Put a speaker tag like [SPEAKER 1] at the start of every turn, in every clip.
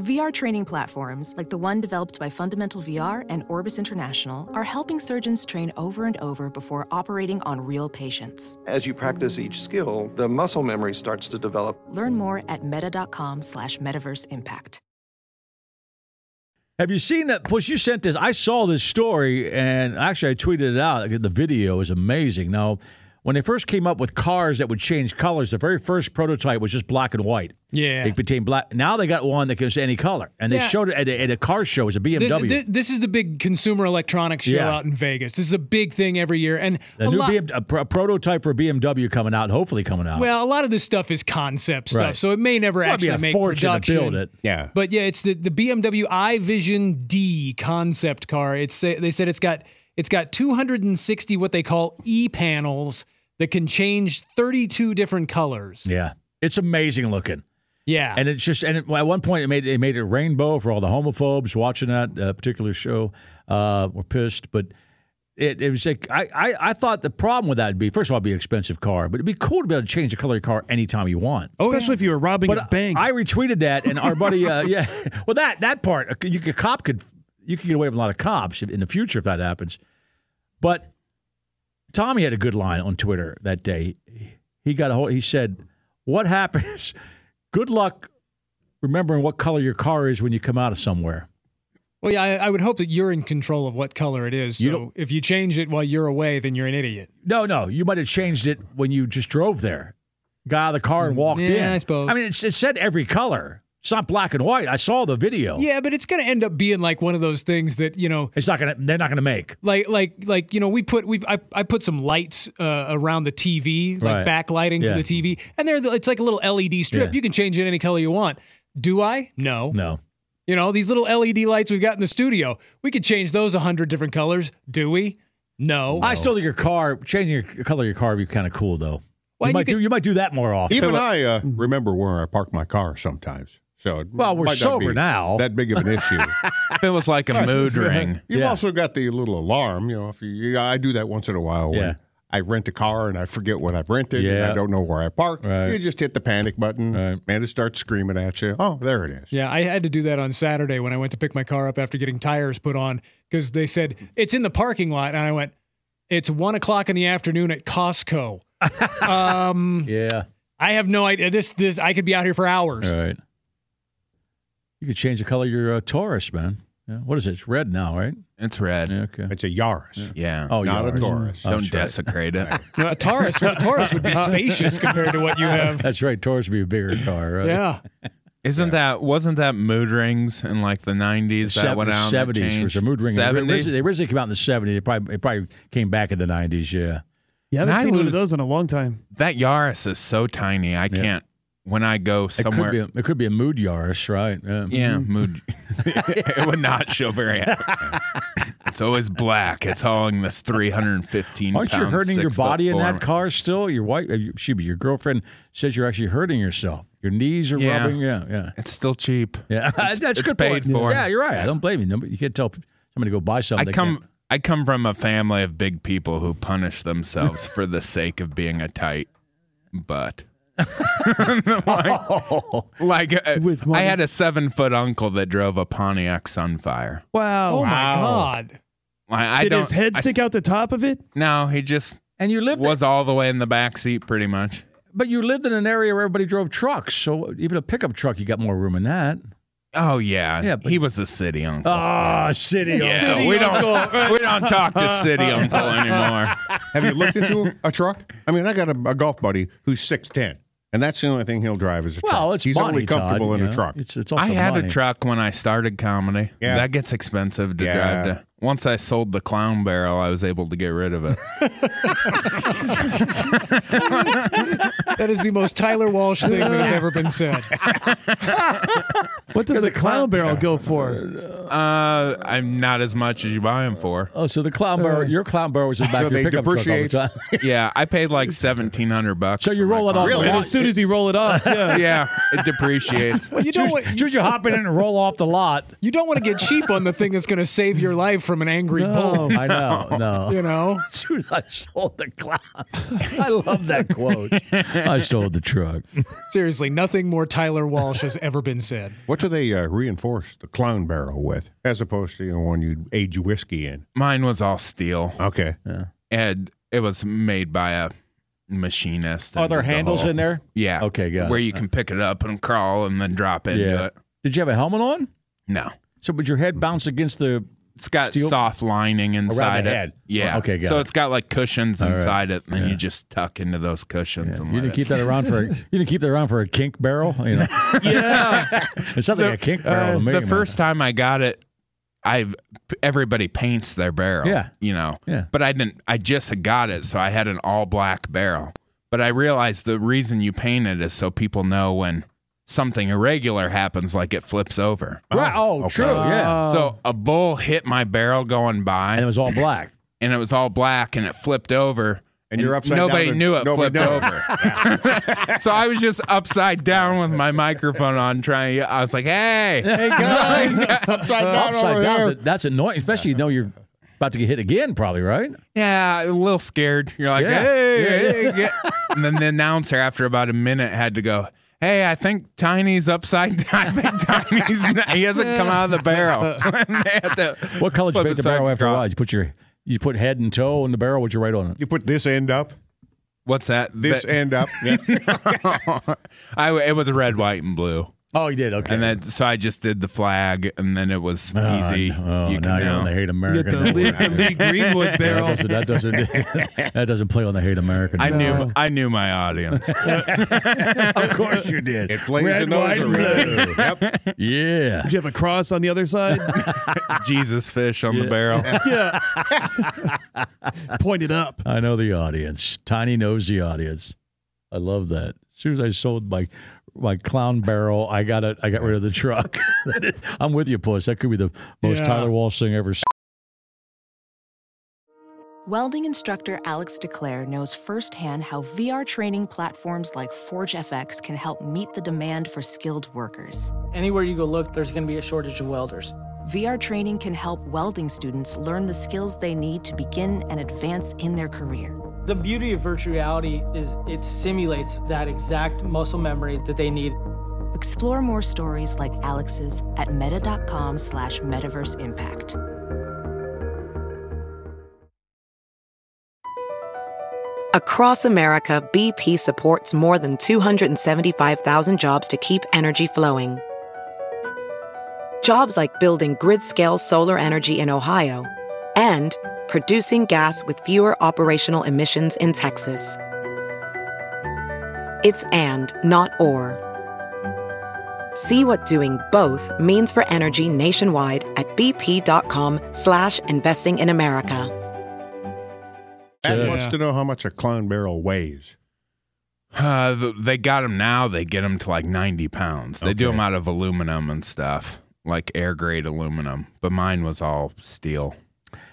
[SPEAKER 1] VR training platforms, like the one developed by Fundamental VR and Orbis International, are helping surgeons train over and over before operating on real patients.
[SPEAKER 2] As you practice each skill, the muscle memory starts to develop.
[SPEAKER 1] Learn more at meta.com slash metaverse impact.
[SPEAKER 3] Have you seen that? Push, you sent this. I saw this story, and actually, I tweeted it out. The video is amazing. Now, when they first came up with cars that would change colors, the very first prototype was just black and white.
[SPEAKER 4] Yeah.
[SPEAKER 3] It became black. Now they got one that goes any color, and they
[SPEAKER 4] Yeah.
[SPEAKER 3] showed it at a, at a car show. It was a
[SPEAKER 4] This,
[SPEAKER 3] BMW.
[SPEAKER 4] thi- this is the big consumer electronics show
[SPEAKER 3] Yeah.
[SPEAKER 4] out in Vegas. This is a big thing every year, and
[SPEAKER 3] a
[SPEAKER 4] a
[SPEAKER 3] new
[SPEAKER 4] lot-
[SPEAKER 3] BM, a, pro- a prototype for BMW coming out, hopefully coming out.
[SPEAKER 4] Well, a lot of this stuff is concept stuff,
[SPEAKER 3] Right.
[SPEAKER 4] so it may never
[SPEAKER 3] Might be
[SPEAKER 4] actually
[SPEAKER 3] a
[SPEAKER 4] make
[SPEAKER 3] fortune to
[SPEAKER 4] production.
[SPEAKER 3] build it.
[SPEAKER 5] Yeah.
[SPEAKER 4] But yeah, it's the, the BMW iVision D concept car. It's sa- they said it's got it's got 260 what they call e panels that can change 32 different colors.
[SPEAKER 3] yeah, it's amazing looking.
[SPEAKER 4] Yeah,
[SPEAKER 3] And it's just, and it, at one point it made it made it rainbow for all the homophobes watching that uh, particular show. Uh, were pissed, but it, it was like I, I I thought the problem with that would be first of all it'd be an expensive car, but it'd be cool to be able to change the color of your car anytime you want.
[SPEAKER 6] Oh,
[SPEAKER 5] Especially if you were robbing
[SPEAKER 3] but
[SPEAKER 5] a bank.
[SPEAKER 3] I retweeted that, and our buddy, uh, yeah, well that that part you could, a cop could you could get away with a lot of cops in the future if that happens. But Tommy had a good line on Twitter that day. He got a whole. He said, "What happens? Good luck remembering what color your car is when you come out of somewhere."
[SPEAKER 4] well, yeah, I, I would hope that you're in control of what color it is.
[SPEAKER 3] You
[SPEAKER 4] So
[SPEAKER 3] don't-
[SPEAKER 4] if you change it while you're away, then you're an idiot.
[SPEAKER 3] No, no, you might have changed it when you just drove there, got out of the car and walked in.
[SPEAKER 4] Yeah, I suppose.
[SPEAKER 3] I mean, it's, it said every color. It's not black and white. I saw the video.
[SPEAKER 4] Yeah, but it's going to end up being like one of those things that you know
[SPEAKER 3] it's not gonna. They're not gonna make.
[SPEAKER 4] like like like you know we put we I, I put some lights uh, around the TV
[SPEAKER 3] Right.
[SPEAKER 4] like backlighting
[SPEAKER 3] Yeah.
[SPEAKER 4] for the TV and there it's like a little LED strip
[SPEAKER 3] Yeah.
[SPEAKER 4] you can change it any color you want do I no
[SPEAKER 3] No.
[SPEAKER 4] you know these little LED lights we've got in the studio we could change those a hundred different colors do we no
[SPEAKER 3] I still think your car changing your color of your car would be kind of cool though. you,
[SPEAKER 4] Well, you
[SPEAKER 3] might
[SPEAKER 4] could-
[SPEAKER 3] do you might do that more often.
[SPEAKER 6] Even I uh, remember where I park my car sometimes. So it
[SPEAKER 3] Well, we're
[SPEAKER 6] might not
[SPEAKER 3] sober
[SPEAKER 6] be
[SPEAKER 3] now.
[SPEAKER 6] That big of an issue.
[SPEAKER 5] it was like a mood ring.
[SPEAKER 6] You've
[SPEAKER 3] Yeah.
[SPEAKER 6] also got the little alarm. You know, if you, you I do that once in a while when
[SPEAKER 3] Yeah.
[SPEAKER 6] I rent a car and I forget what I've rented and
[SPEAKER 3] Yeah.
[SPEAKER 6] I don't know where I park.
[SPEAKER 3] Right.
[SPEAKER 6] You just hit the panic button
[SPEAKER 3] Right.
[SPEAKER 6] and it starts screaming at you. Oh, there it is.
[SPEAKER 4] yeah I had to do that on Saturday when I went to pick my car up after getting tires put on because they said it's in the parking lot and I went it's one o'clock in the afternoon at Costco um
[SPEAKER 3] Yeah.
[SPEAKER 4] I have no idea this this I could be out here for hours.
[SPEAKER 3] All right. You could change the color of your uh, Taurus, man. Yeah. What is it? It's red now, right?
[SPEAKER 5] It's red.
[SPEAKER 3] Yeah,
[SPEAKER 5] Yeah.
[SPEAKER 3] okay.
[SPEAKER 6] It's a Yaris. not
[SPEAKER 3] yours.
[SPEAKER 6] a Taurus.
[SPEAKER 3] Oh,
[SPEAKER 5] Don't
[SPEAKER 3] that's right.
[SPEAKER 5] desecrate it.
[SPEAKER 4] Well, a Taurus, a Taurus would be spacious compared to what you have.
[SPEAKER 3] That's right. Taurus would be a bigger car, right?
[SPEAKER 4] Yeah,
[SPEAKER 5] Isn't that wasn't that mood rings in like the nineties that went out? and that
[SPEAKER 3] Seventies was
[SPEAKER 5] changed?
[SPEAKER 3] a mood ring. They originally-
[SPEAKER 5] 70s?
[SPEAKER 3] They originally came out in the seventies. It probably, it probably came back in the nineties. Yeah.
[SPEAKER 7] Yeah, I haven't
[SPEAKER 5] And I
[SPEAKER 7] seen one
[SPEAKER 5] lose-
[SPEAKER 7] of those in a long time.
[SPEAKER 5] That Yaris is so tiny. I can't. When I go
[SPEAKER 3] It
[SPEAKER 5] somewhere,
[SPEAKER 3] could be. A, Mm-hmm. it could be a mood Yaris, right?
[SPEAKER 5] yeah, mood. it would not show very. happy. it's always black. It's hauling this three hundred and fifteen.
[SPEAKER 3] Aren't you hurting your body in that car still? Your wife, uh, you- excuse me, your girlfriend says you're actually hurting yourself. Your knees are
[SPEAKER 5] Yeah.
[SPEAKER 3] rubbing. Yeah, yeah,
[SPEAKER 5] It's still cheap.
[SPEAKER 3] yeah. That's
[SPEAKER 5] it's
[SPEAKER 3] good
[SPEAKER 5] paid
[SPEAKER 3] point.
[SPEAKER 5] for.
[SPEAKER 3] Yeah, you're right. I don't blame you. Nobody, you can't tell somebody to go buy something.
[SPEAKER 5] I
[SPEAKER 3] they
[SPEAKER 5] come.
[SPEAKER 3] can't-
[SPEAKER 5] I come from a family of big people who punish themselves for the sake of being a tight butt. like, like uh,
[SPEAKER 7] With
[SPEAKER 5] I
[SPEAKER 7] money.
[SPEAKER 5] had a seven foot uncle that drove a Pontiac Sunfire.
[SPEAKER 7] Wow.
[SPEAKER 4] Oh my God.
[SPEAKER 5] I, I
[SPEAKER 7] Did
[SPEAKER 5] don't,
[SPEAKER 7] his head
[SPEAKER 5] I s-
[SPEAKER 7] stick out the top of it?
[SPEAKER 5] no, he just
[SPEAKER 3] And you lived,
[SPEAKER 5] was all the way in the back seat, pretty much.
[SPEAKER 3] but you lived in an area where everybody drove trucks. So even a pickup truck, you got more room in that.
[SPEAKER 5] Oh yeah,
[SPEAKER 3] Yeah, but-
[SPEAKER 5] he was a city uncle.
[SPEAKER 7] Oh,
[SPEAKER 3] Ah, city.
[SPEAKER 5] yeah,
[SPEAKER 3] city.
[SPEAKER 5] we don't we don't talk to city uncle anymore.
[SPEAKER 6] Have you looked into a, a truck? I mean, I got a, a golf buddy who's six ten, and that's the only thing he'll drive is a truck.
[SPEAKER 3] Well, it's
[SPEAKER 6] he's
[SPEAKER 3] money,
[SPEAKER 6] only comfortable
[SPEAKER 3] Todd,
[SPEAKER 6] in
[SPEAKER 3] you
[SPEAKER 6] a
[SPEAKER 3] know.
[SPEAKER 6] truck.
[SPEAKER 3] It's, it's also
[SPEAKER 5] I had
[SPEAKER 3] money.
[SPEAKER 5] a truck when I started comedy.
[SPEAKER 6] Yeah.
[SPEAKER 5] that gets expensive to
[SPEAKER 6] Yeah.
[SPEAKER 5] drive. To. Once I sold the clown barrel, I was able to get rid of it.
[SPEAKER 4] That is the most Tyler Walsh thing that has ever been said.
[SPEAKER 7] What does a clown barrel go for?
[SPEAKER 5] uh, I'm not as much as you buy them for.
[SPEAKER 3] Oh, so the clown barrel, your clown barrel was in the back
[SPEAKER 6] So
[SPEAKER 3] of your
[SPEAKER 6] they
[SPEAKER 3] pickup truck all the
[SPEAKER 6] depreciate.
[SPEAKER 3] time.
[SPEAKER 5] Yeah, I paid like seventeen hundred bucks.
[SPEAKER 3] So you
[SPEAKER 5] for
[SPEAKER 3] roll
[SPEAKER 5] Oh my
[SPEAKER 3] it off.
[SPEAKER 5] clown
[SPEAKER 3] the
[SPEAKER 7] And
[SPEAKER 3] lot.
[SPEAKER 7] as soon as you roll it off, yeah.
[SPEAKER 5] barrel. Yeah, it depreciates.
[SPEAKER 4] Well, you don't want
[SPEAKER 3] Should you hop in and roll off the lot?
[SPEAKER 4] you don't want to get cheap on the thing that's going to save your life from an angry bull.
[SPEAKER 7] No.
[SPEAKER 3] Oh, I know. No.
[SPEAKER 4] You know,
[SPEAKER 3] As soon as I sold the clown. I love that quote. I sold the truck.
[SPEAKER 4] seriously, nothing more Tyler Walsh has ever been said.
[SPEAKER 6] What what do they uh, reinforce the clown barrel with, as opposed to the one you age whiskey in?
[SPEAKER 5] Mine was all steel,
[SPEAKER 6] Okay.
[SPEAKER 5] and it was made by a machinist.
[SPEAKER 3] Are
[SPEAKER 5] and
[SPEAKER 3] there
[SPEAKER 5] the
[SPEAKER 3] handles
[SPEAKER 5] whole-
[SPEAKER 3] in there?
[SPEAKER 5] Yeah.
[SPEAKER 3] Okay, got
[SPEAKER 5] Where
[SPEAKER 3] it.
[SPEAKER 5] you can pick it up and crawl and then drop into
[SPEAKER 3] Yeah.
[SPEAKER 5] it.
[SPEAKER 3] Did you have a helmet on?
[SPEAKER 5] No.
[SPEAKER 3] So would your head bounce against the?
[SPEAKER 5] It's got
[SPEAKER 3] Steel-
[SPEAKER 5] soft lining inside
[SPEAKER 3] the
[SPEAKER 5] it.
[SPEAKER 3] head.
[SPEAKER 5] Yeah.
[SPEAKER 3] Okay, got
[SPEAKER 5] so
[SPEAKER 3] it.
[SPEAKER 5] has got like cushions
[SPEAKER 3] right.
[SPEAKER 5] inside it, and then you just tuck into those cushions. and
[SPEAKER 3] You
[SPEAKER 5] let
[SPEAKER 3] didn't
[SPEAKER 5] it-
[SPEAKER 3] keep that around for. A, you didn't keep that around for a kink barrel. You know,
[SPEAKER 7] Yeah.
[SPEAKER 3] it's something like a kink barrel. to
[SPEAKER 5] Uh,
[SPEAKER 3] me,
[SPEAKER 5] the
[SPEAKER 3] man.
[SPEAKER 5] first time I got it, I've everybody paints their barrel.
[SPEAKER 3] Yeah.
[SPEAKER 5] You know.
[SPEAKER 3] Yeah.
[SPEAKER 5] But I didn't. I just had got it, so I had an all black barrel. But I realized the reason you paint it is so people know when something irregular happens, like it flips over.
[SPEAKER 3] Right. Oh,
[SPEAKER 6] okay.
[SPEAKER 3] true. Yeah.
[SPEAKER 5] so a bull hit my barrel going by,
[SPEAKER 3] And it was all black.
[SPEAKER 5] and it was all black, and it flipped over.
[SPEAKER 6] And you're upside
[SPEAKER 5] Nobody
[SPEAKER 6] down.
[SPEAKER 5] knew it
[SPEAKER 6] nobody
[SPEAKER 5] flipped
[SPEAKER 6] knows.
[SPEAKER 5] over. so I was just upside down with my microphone on, trying. I was like, "Hey,
[SPEAKER 6] Hey guys, upside down
[SPEAKER 3] Upside
[SPEAKER 6] over
[SPEAKER 3] down.
[SPEAKER 6] here.
[SPEAKER 3] That's, that's annoying, especially you know you're about to get hit again, probably. Right.
[SPEAKER 5] Yeah, a little scared. You're like,
[SPEAKER 3] Yeah.
[SPEAKER 5] hey, hey, get-" and then the announcer, after about a minute, had to go. Hey, I think Tiny's upside down. I think Tiny's not, he hasn't come out of the barrel. And they had to
[SPEAKER 3] What color did you
[SPEAKER 5] flip
[SPEAKER 3] paint the
[SPEAKER 5] aside
[SPEAKER 3] barrel
[SPEAKER 5] to
[SPEAKER 3] after a
[SPEAKER 5] draw.
[SPEAKER 3] while? Did You put your you put head and toe in the barrel. What you write on it?
[SPEAKER 6] You put this end up,
[SPEAKER 5] What's that?
[SPEAKER 6] this
[SPEAKER 5] That-
[SPEAKER 6] end up. Yeah.
[SPEAKER 5] I it was red, white, and blue,
[SPEAKER 3] Oh, you did. Okay.
[SPEAKER 5] and then so I just did the flag, and then it was
[SPEAKER 3] Oh,
[SPEAKER 5] easy.
[SPEAKER 3] no. Oh,
[SPEAKER 5] you can
[SPEAKER 3] now you're
[SPEAKER 5] now-
[SPEAKER 3] on the hate
[SPEAKER 7] You get
[SPEAKER 3] American.
[SPEAKER 7] the Lee, the Lee Greenwood barrel.
[SPEAKER 3] So that doesn't that doesn't play on the hate American.
[SPEAKER 5] I
[SPEAKER 7] No.
[SPEAKER 5] knew I knew my audience.
[SPEAKER 3] of course you did.
[SPEAKER 6] It plays
[SPEAKER 3] Red,
[SPEAKER 6] in those
[SPEAKER 3] white, and
[SPEAKER 6] arenas. Yep.
[SPEAKER 3] Yeah.
[SPEAKER 7] Did you have a cross on the other side?
[SPEAKER 5] Jesus fish on the barrel.
[SPEAKER 7] yeah. Pointed up.
[SPEAKER 3] I know the audience. Tiny knows the audience. I love that. As soon as I sold my my clown barrel, I got it. I got rid of the truck. I'm with you, Puss. That could be the most
[SPEAKER 7] Yeah.
[SPEAKER 3] Tyler Walsh thing ever. s-
[SPEAKER 1] Welding instructor Alex DeClaire knows firsthand how VR training platforms like ForgeFX can help meet the demand for skilled workers.
[SPEAKER 8] Anywhere you go look, there's going to be a shortage of welders.
[SPEAKER 1] VR training can help welding students learn the skills they need to begin and advance in their career.
[SPEAKER 8] The beauty of virtual reality is it simulates that exact muscle memory that they need.
[SPEAKER 1] Explore more stories like Alex's at meta.com slash metaverse impact.
[SPEAKER 9] Across America, BP supports more than 275,000 jobs to keep energy flowing. Jobs like building grid scale solar energy in Ohio and producing gas with fewer operational emissions in Texas. It's and, not or. See what doing both means for energy nationwide at bp.com slash investing in America.
[SPEAKER 6] Matt
[SPEAKER 3] Yeah.
[SPEAKER 6] wants to know how much a clown barrel weighs.
[SPEAKER 5] Uh, th- they got them now. They get them to like 90 pounds. They do 'em do them out of aluminum and stuff, like air grade aluminum. But mine was all steel.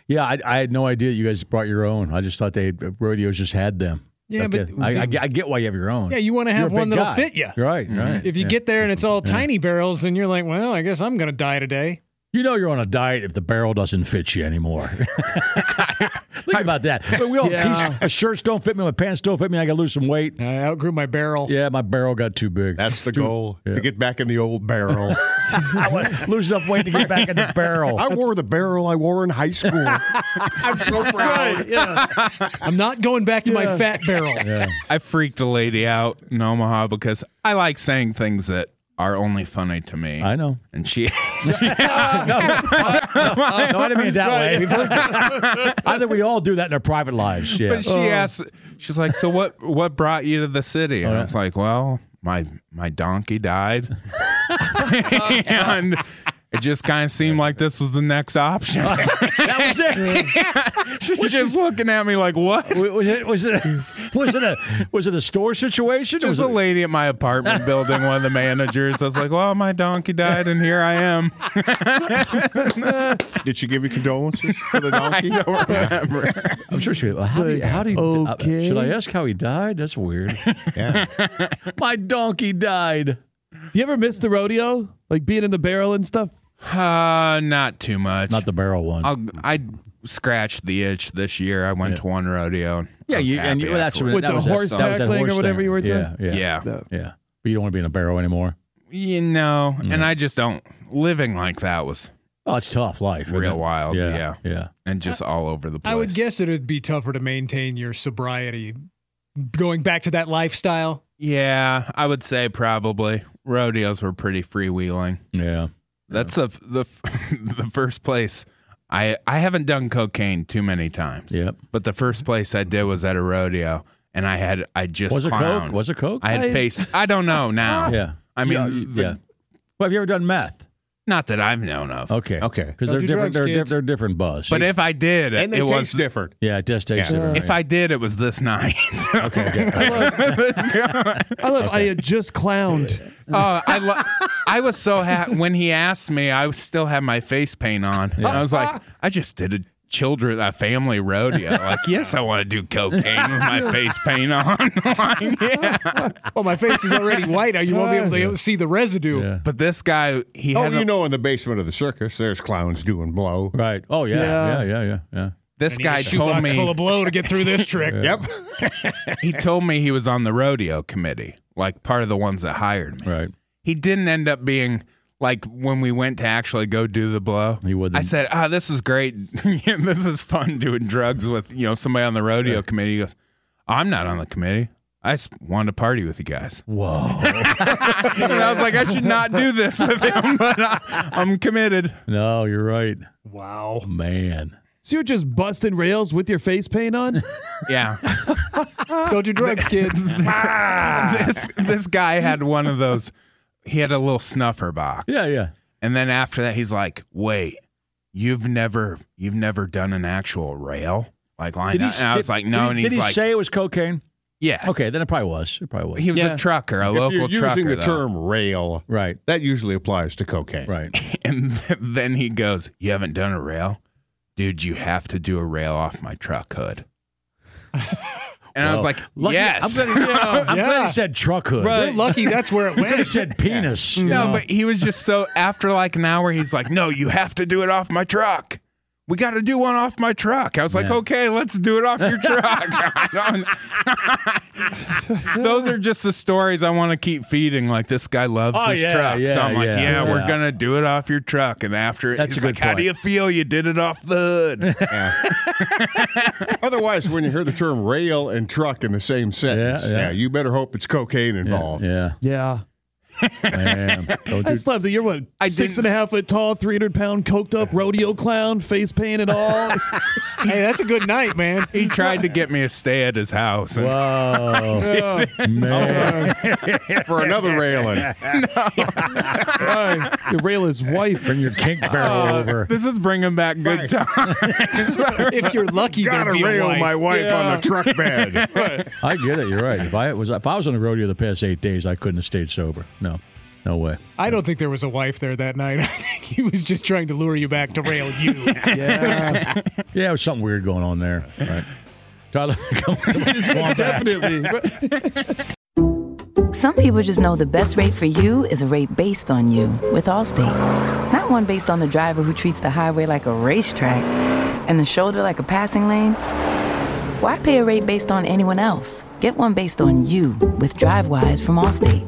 [SPEAKER 3] Yeah, I, I had no idea you guys brought your own. I just thought they uh, rodeos just had them.
[SPEAKER 4] Yeah,
[SPEAKER 3] Like,
[SPEAKER 4] but-
[SPEAKER 3] uh, I, I get- I get why you have your own.
[SPEAKER 4] Yeah, you wanna
[SPEAKER 3] You're
[SPEAKER 4] have
[SPEAKER 3] a big
[SPEAKER 4] one that'll
[SPEAKER 3] guy.
[SPEAKER 4] fit ya. Mm-hmm.
[SPEAKER 3] Right, right.
[SPEAKER 4] If you
[SPEAKER 3] yeah.
[SPEAKER 4] get there and it's all tiny barrels, then you're like, well, I guess I'm gonna die today.
[SPEAKER 3] You know you're on a diet if the barrel doesn't fit you anymore. Think about that. But we all
[SPEAKER 7] Yeah.
[SPEAKER 3] t- my shirts don't fit me, my pants don't fit me. I got to lose some weight.
[SPEAKER 4] I outgrew my barrel.
[SPEAKER 3] Yeah, my barrel got too big.
[SPEAKER 6] That's the goal to get back in the old barrel.
[SPEAKER 3] I want lose enough weight to get back in the barrel.
[SPEAKER 6] I wore the barrel I wore in high school. I'm so proud.
[SPEAKER 4] I'm not going back to my fat barrel.
[SPEAKER 5] I freaked a lady out in Omaha because I like saying things that are only funny to me.
[SPEAKER 3] I know.
[SPEAKER 5] And she,
[SPEAKER 3] Oh, No, I didn't mean it that way. I think we all do that in our private lives. Yeah. Oh.
[SPEAKER 5] but she asked, she's like, "So what? What brought you to the city?" And I was like, "Well, my my donkey died, and it just kind of seemed like this was the next option."
[SPEAKER 3] that was it.
[SPEAKER 5] She's just looking at me like, "What?"
[SPEAKER 3] W- Was it was it a, was it a was it a store situation? or
[SPEAKER 5] Just
[SPEAKER 3] was
[SPEAKER 5] a
[SPEAKER 3] it,
[SPEAKER 5] lady at my apartment building, one of the managers. I was like, "Well, my donkey died, and here I am."
[SPEAKER 6] Did she give you condolences for the donkey?
[SPEAKER 3] I'm sure she. well, How do you, how do you, uh,
[SPEAKER 7] okay.
[SPEAKER 3] should I ask how he died? That's weird.
[SPEAKER 6] Yeah.
[SPEAKER 3] My donkey died.
[SPEAKER 7] Do you ever miss the rodeo? Like being in the barrel and stuff?
[SPEAKER 5] Uh, not too much.
[SPEAKER 3] Not the barrel one.
[SPEAKER 5] I'll, I scratched the itch this year. I went to one rodeo. and I
[SPEAKER 3] yeah,
[SPEAKER 5] was
[SPEAKER 3] you, and
[SPEAKER 5] happy
[SPEAKER 3] you, well, that's
[SPEAKER 5] afterwards.
[SPEAKER 3] what-
[SPEAKER 7] With
[SPEAKER 3] that
[SPEAKER 7] the
[SPEAKER 3] was that-
[SPEAKER 7] horse
[SPEAKER 3] that was that
[SPEAKER 7] tackling or
[SPEAKER 3] horse
[SPEAKER 7] whatever
[SPEAKER 3] thing.
[SPEAKER 7] you were
[SPEAKER 3] yeah,
[SPEAKER 7] doing?
[SPEAKER 3] Yeah,
[SPEAKER 5] yeah.
[SPEAKER 3] yeah. But you don't want to be in a barrel anymore.
[SPEAKER 5] you know, and I just don't living like that was
[SPEAKER 3] Oh, it's tough life. isn't
[SPEAKER 5] Real
[SPEAKER 3] it?
[SPEAKER 5] wild,
[SPEAKER 3] Yeah.
[SPEAKER 5] yeah.
[SPEAKER 3] yeah.
[SPEAKER 5] and just all over the place.
[SPEAKER 4] I would guess it would be tougher to maintain your sobriety going back to that lifestyle.
[SPEAKER 5] Yeah, I would say probably rodeos were pretty freewheeling.
[SPEAKER 3] Yeah.
[SPEAKER 5] That's the the the first place I I haven't done cocaine too many times.
[SPEAKER 3] Yep.
[SPEAKER 5] But the first place I did was at a rodeo, and I had I just
[SPEAKER 3] Was it
[SPEAKER 5] clowned.
[SPEAKER 3] coke? Was it coke?
[SPEAKER 5] I had face. I don't know now.
[SPEAKER 3] yeah.
[SPEAKER 5] I
[SPEAKER 3] yeah.
[SPEAKER 5] mean, the-
[SPEAKER 3] yeah. Well, have you ever done meth?
[SPEAKER 5] not that I've known of.
[SPEAKER 3] Okay.
[SPEAKER 6] Okay.
[SPEAKER 3] Because
[SPEAKER 4] Don't
[SPEAKER 3] they're
[SPEAKER 4] do
[SPEAKER 3] different.
[SPEAKER 4] drugs,
[SPEAKER 3] they're, diff-
[SPEAKER 4] kids.
[SPEAKER 3] they're different buzz.
[SPEAKER 5] But if I did,
[SPEAKER 6] And they
[SPEAKER 5] it
[SPEAKER 6] taste
[SPEAKER 5] was
[SPEAKER 6] different.
[SPEAKER 3] yeah, it does taste
[SPEAKER 6] Yeah.
[SPEAKER 3] different.
[SPEAKER 5] if I did, it was this night. okay.
[SPEAKER 7] I love. I had just clowned.
[SPEAKER 5] Oh, I lo- I was so happy when he asked me. I was still had my face paint on, and I was like, I just did a children a family rodeo. Like, yes, I want to do cocaine with my face paint on. Like, yeah.
[SPEAKER 4] Oh, my face is already white. You won't be able to see the residue.
[SPEAKER 3] Yeah.
[SPEAKER 5] But this guy, he
[SPEAKER 6] Oh,
[SPEAKER 5] had a-
[SPEAKER 6] you know, in the basement of the circus, there's clowns doing blow.
[SPEAKER 3] Right. Oh yeah. Yeah.
[SPEAKER 7] Yeah.
[SPEAKER 3] Yeah. Yeah. Yeah.
[SPEAKER 5] this guy told
[SPEAKER 4] Shoebox full
[SPEAKER 5] me
[SPEAKER 4] of blow to get through this trick.
[SPEAKER 6] Yep.
[SPEAKER 5] he told me he was on the rodeo committee, like part of the ones that hired me.
[SPEAKER 3] Right.
[SPEAKER 5] he didn't end up being like when we went to actually go do the blow.
[SPEAKER 3] He wouldn't.
[SPEAKER 5] I said, "Ah, this is great. Yeah, this is fun doing drugs with you know somebody on the rodeo committee." He goes, "I'm not on the committee. I just wanted to party with you guys."
[SPEAKER 3] Whoa.
[SPEAKER 5] And I was like, "I should not do this with him, but I, I'm committed."
[SPEAKER 3] no, you're right.
[SPEAKER 4] Wow.
[SPEAKER 3] Man.
[SPEAKER 7] So you're just busting rails with your face paint on.
[SPEAKER 5] Yeah.
[SPEAKER 4] Don't do drugs, kids.
[SPEAKER 5] this this guy had one of those. He had a little snuffer box.
[SPEAKER 3] Yeah. Yeah.
[SPEAKER 5] And then after that, he's like, "Wait, you've never you've never done an actual rail like line?" up?" and I was like, "No."
[SPEAKER 3] Did,
[SPEAKER 5] and
[SPEAKER 3] he-
[SPEAKER 5] he's
[SPEAKER 3] did he
[SPEAKER 5] like,
[SPEAKER 3] say it was cocaine?
[SPEAKER 5] "Yes."
[SPEAKER 3] Okay. Then it probably was. It probably was.
[SPEAKER 5] He was
[SPEAKER 6] Yeah.
[SPEAKER 5] a trucker, a
[SPEAKER 6] if
[SPEAKER 5] local
[SPEAKER 6] you're using
[SPEAKER 5] trucker.
[SPEAKER 6] the
[SPEAKER 5] though.
[SPEAKER 6] term rail,
[SPEAKER 3] right.
[SPEAKER 6] that usually applies to cocaine.
[SPEAKER 3] Right.
[SPEAKER 5] And then he goes, "You haven't done a rail, dude. You have to do a rail off my truck hood." And I was
[SPEAKER 3] Well,
[SPEAKER 5] like,
[SPEAKER 3] lucky-
[SPEAKER 5] "Yes."
[SPEAKER 3] I'm glad, yeah, I'm glad
[SPEAKER 4] Yeah.
[SPEAKER 3] he said truck hood.
[SPEAKER 4] You're lucky that's where it
[SPEAKER 3] He could have
[SPEAKER 4] went.
[SPEAKER 3] said penis.
[SPEAKER 5] no, but he was just so. After like an hour, he's like, "No, you have to do it off my truck." We got to do one off my truck. I was like,
[SPEAKER 3] Yeah.
[SPEAKER 5] okay, let's do it off your truck. I don't- Those are just the stories I want to keep feeding. Like this guy loves
[SPEAKER 3] Oh,
[SPEAKER 5] his
[SPEAKER 3] yeah,
[SPEAKER 5] truck, so
[SPEAKER 3] yeah,
[SPEAKER 5] I'm like,
[SPEAKER 3] yeah,
[SPEAKER 5] yeah, we're
[SPEAKER 3] yeah.
[SPEAKER 5] gonna do it off your truck. And after it,
[SPEAKER 3] That's
[SPEAKER 5] he's
[SPEAKER 3] a good
[SPEAKER 5] like, how do
[SPEAKER 3] point.
[SPEAKER 5] you feel? You did it off the hood.
[SPEAKER 6] Otherwise, when you hear the term rail and truck in the same sentence,
[SPEAKER 3] Yeah,
[SPEAKER 6] yeah,
[SPEAKER 3] yeah.
[SPEAKER 6] you better hope it's cocaine Mm. involved.
[SPEAKER 3] Yeah.
[SPEAKER 7] yeah.
[SPEAKER 3] Man. Don't
[SPEAKER 7] I
[SPEAKER 3] do-
[SPEAKER 7] just love that you're what
[SPEAKER 5] I
[SPEAKER 7] six
[SPEAKER 5] didn't
[SPEAKER 7] and a
[SPEAKER 5] s-
[SPEAKER 7] half foot tall, three hundred pound, coked up rodeo clown, face paint and all.
[SPEAKER 4] hey, that's a good night, man.
[SPEAKER 5] he tried to get me a stay at his house. And
[SPEAKER 3] Whoa.
[SPEAKER 7] Yeah.
[SPEAKER 3] Man.
[SPEAKER 6] For another railing.
[SPEAKER 7] right. You rail his wife.
[SPEAKER 3] Bring your kink barrel over.
[SPEAKER 5] This is bringing back good times.
[SPEAKER 4] If you're lucky,
[SPEAKER 6] Gotta
[SPEAKER 4] there'd be a
[SPEAKER 6] rail
[SPEAKER 4] wife.
[SPEAKER 6] my wife on the truck bed.
[SPEAKER 3] I get it. You're right. If I was if I was on the rodeo the past eight days, I couldn't have stayed sober. No, no way.
[SPEAKER 4] I don't think there was a wife there that night. I think he was just trying to lure you back to rail you.
[SPEAKER 3] Yeah, it was something weird going on there. Right. Tyler, come on.
[SPEAKER 7] Definitely.
[SPEAKER 10] Some people just know the best rate for you is a rate based on you with Allstate. Not one based on the driver who treats the highway like a racetrack and the shoulder like a passing lane. Why pay a rate based on anyone else? Get one based on you with DriveWise from Allstate.